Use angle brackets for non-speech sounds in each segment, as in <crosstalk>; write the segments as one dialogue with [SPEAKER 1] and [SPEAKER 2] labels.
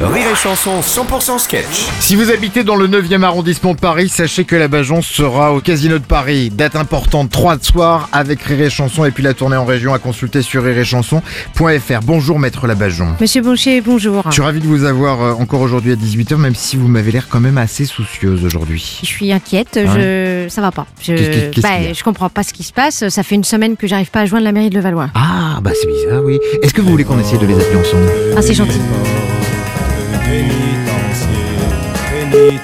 [SPEAKER 1] Rire et Chanson 100% sketch.
[SPEAKER 2] Si vous habitez dans le 9e arrondissement de Paris, sachez que la Bajonce sera au Casino de Paris. Date importante, 3 de soir, avec Rire et Chanson et puis la tournée en région à consulter sur rireetchanson.fr. Bonjour Maître Labajon.
[SPEAKER 3] Monsieur Boucher, bonjour.
[SPEAKER 2] Je suis ravi de vous avoir euh, encore aujourd'hui à 18h, même si vous m'avez l'air quand même assez soucieuse aujourd'hui.
[SPEAKER 3] Je suis inquiète, je... ça va pas. Je...
[SPEAKER 2] Qu'est-ce qui- qu'est-ce qu'il
[SPEAKER 3] bah,
[SPEAKER 2] y a
[SPEAKER 3] je comprends pas ce qui se passe. Ça fait une semaine que j'arrive pas à joindre la mairie de Levallois.
[SPEAKER 2] Ah, bah c'est bizarre, oui. Est-ce que vous voulez qu'on essaye de les appeler ensemble
[SPEAKER 3] Ah, c'est gentil.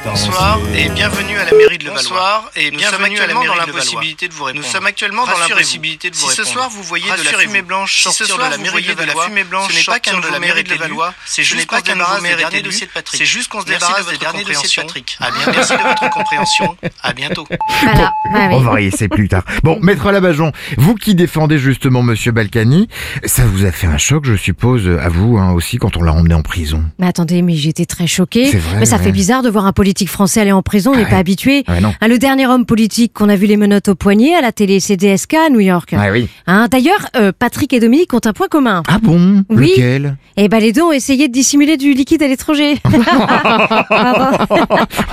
[SPEAKER 4] Bonsoir et bienvenue à la mairie de Levallois.
[SPEAKER 5] Bonsoir et
[SPEAKER 4] Nous
[SPEAKER 5] bienvenue
[SPEAKER 4] sommes
[SPEAKER 5] à la
[SPEAKER 4] actuellement
[SPEAKER 5] mairie
[SPEAKER 4] dans
[SPEAKER 5] de
[SPEAKER 4] l'impossibilité de vous répondre.
[SPEAKER 5] Nous sommes actuellement dans
[SPEAKER 4] Rassurez-vous.
[SPEAKER 5] l'impossibilité de vous
[SPEAKER 4] Si ce
[SPEAKER 5] répondre.
[SPEAKER 4] soir vous voyez de la
[SPEAKER 5] Rassurez-vous.
[SPEAKER 4] fumée blanche
[SPEAKER 5] Si ce
[SPEAKER 4] sortir
[SPEAKER 5] soir
[SPEAKER 4] de la
[SPEAKER 5] vous
[SPEAKER 4] mairie
[SPEAKER 5] voyez
[SPEAKER 4] de Levallois,
[SPEAKER 5] fumée blanche
[SPEAKER 4] ce n'est pas
[SPEAKER 5] sortir
[SPEAKER 4] qu'un
[SPEAKER 5] de
[SPEAKER 4] nouveau
[SPEAKER 5] la
[SPEAKER 4] maire
[SPEAKER 5] mairie
[SPEAKER 4] est
[SPEAKER 5] de Levallois,
[SPEAKER 4] élu,
[SPEAKER 5] c'est
[SPEAKER 4] ce
[SPEAKER 5] juste
[SPEAKER 4] n'est
[SPEAKER 5] qu'on
[SPEAKER 4] pas
[SPEAKER 5] se
[SPEAKER 4] qu'un
[SPEAKER 5] débarrasse
[SPEAKER 4] nouveau maire
[SPEAKER 5] des
[SPEAKER 4] est
[SPEAKER 5] derniers
[SPEAKER 4] élu,
[SPEAKER 5] dossiers de Patrick.
[SPEAKER 4] c'est juste qu'on se
[SPEAKER 5] Merci de
[SPEAKER 4] débarrasse
[SPEAKER 5] votre
[SPEAKER 4] des derniers dossiers de
[SPEAKER 5] compréhension.
[SPEAKER 4] Patrick. Ah bien, merci de votre compréhension. À bientôt.
[SPEAKER 2] Ah,
[SPEAKER 3] Voilà. Bah oui.
[SPEAKER 2] On va essayer plus tard. Bon, Maître Labajon, vous qui défendez justement Monsieur Balkany, ça vous a fait un choc, je suppose, à vous hein, aussi, quand on l'a emmené en prison.
[SPEAKER 3] Mais attendez, mais j'étais très choquée.
[SPEAKER 2] C'est vrai,
[SPEAKER 3] mais ça
[SPEAKER 2] ouais.
[SPEAKER 3] fait bizarre de voir un politique français aller en prison, on n'est
[SPEAKER 2] Ah
[SPEAKER 3] pas
[SPEAKER 2] ouais.
[SPEAKER 3] habitué.
[SPEAKER 2] Ah, non.
[SPEAKER 3] Hein, le dernier homme politique qu'on a vu les menottes au poignet à la télé, c'est DSK à New York.
[SPEAKER 2] Ah oui.
[SPEAKER 3] Hein, D'ailleurs, euh, Patrick et Dominique ont un point commun.
[SPEAKER 2] Ah bon
[SPEAKER 3] Oui. <laughs>
[SPEAKER 2] Lequel
[SPEAKER 3] Eh ben, les deux ont essayé de dissimuler du liquide à l'étranger.
[SPEAKER 2] Ah.
[SPEAKER 3] <laughs> Pardon.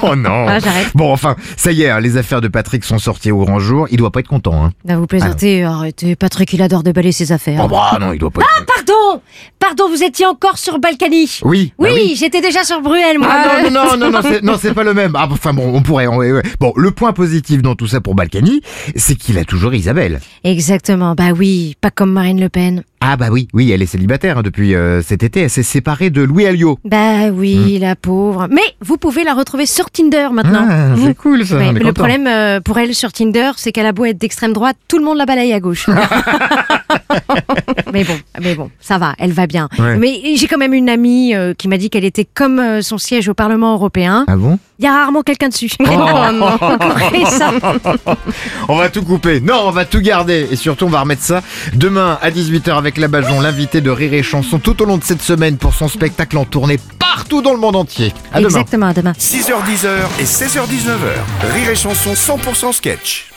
[SPEAKER 2] Oh non
[SPEAKER 3] Ah, j'arrête.
[SPEAKER 2] Bon, enfin, ça y est, hein, les affaires de Patrick sont sorties au grand jour. Il doit pas être content, hein.
[SPEAKER 3] Non, vous plaisantez, arrêtez. Patrick, il adore déballer ses affaires.
[SPEAKER 2] Oh bah non, il doit pas être...
[SPEAKER 3] Pardon Pardon, vous étiez encore sur Balkany
[SPEAKER 2] Oui, bah
[SPEAKER 3] Ah Oui, j'étais déjà sur Bruel, moi.
[SPEAKER 2] Ah non, non, non, non, non, c'est, non, c'est pas le même. Ah, enfin bon, on pourrait... on- ouais, ouais. Bon, le point positif dans tout ça pour Balkany, c'est qu'il a toujours Isabelle.
[SPEAKER 3] Exactement, bah oui, pas comme Marine Le Pen.
[SPEAKER 2] Ah bah oui, oui, elle est célibataire hein, depuis euh, cet été. Elle s'est séparée de Louis Alliot.
[SPEAKER 3] Bah
[SPEAKER 2] Hmm.
[SPEAKER 3] oui, la pauvre. Mais vous pouvez la retrouver sur Tinder maintenant.
[SPEAKER 2] Ah,
[SPEAKER 3] Vous-
[SPEAKER 2] c'est cool ça,
[SPEAKER 3] Ouais,
[SPEAKER 2] on est
[SPEAKER 3] Mmh. le
[SPEAKER 2] content.
[SPEAKER 3] problème euh, pour elle sur Tinder, c'est qu'elle a beau être d'extrême droite, tout le monde la balaye
[SPEAKER 2] <laughs>
[SPEAKER 3] à gauche. mais bon, mais bon, ça va, elle va bien.
[SPEAKER 2] Ouais.
[SPEAKER 3] Mais j'ai quand même une amie euh, qui m'a dit qu'elle était comme euh, son siège au Parlement européen.
[SPEAKER 2] Ah bon
[SPEAKER 3] Il y a rarement quelqu'un dessus.
[SPEAKER 2] Oh. <laughs>
[SPEAKER 3] <laughs> non, et ça.
[SPEAKER 2] On va tout couper. Non, on va tout garder. Et surtout, on va remettre ça demain à 18h avec Labajon, l'invité de Rire et Chanson, tout au long de cette semaine pour son spectacle en tournée partout dans le monde entier. À demain.
[SPEAKER 3] Exactement, à demain.
[SPEAKER 1] 6h10h et 16h19h. Rire et Chanson 100% sketch.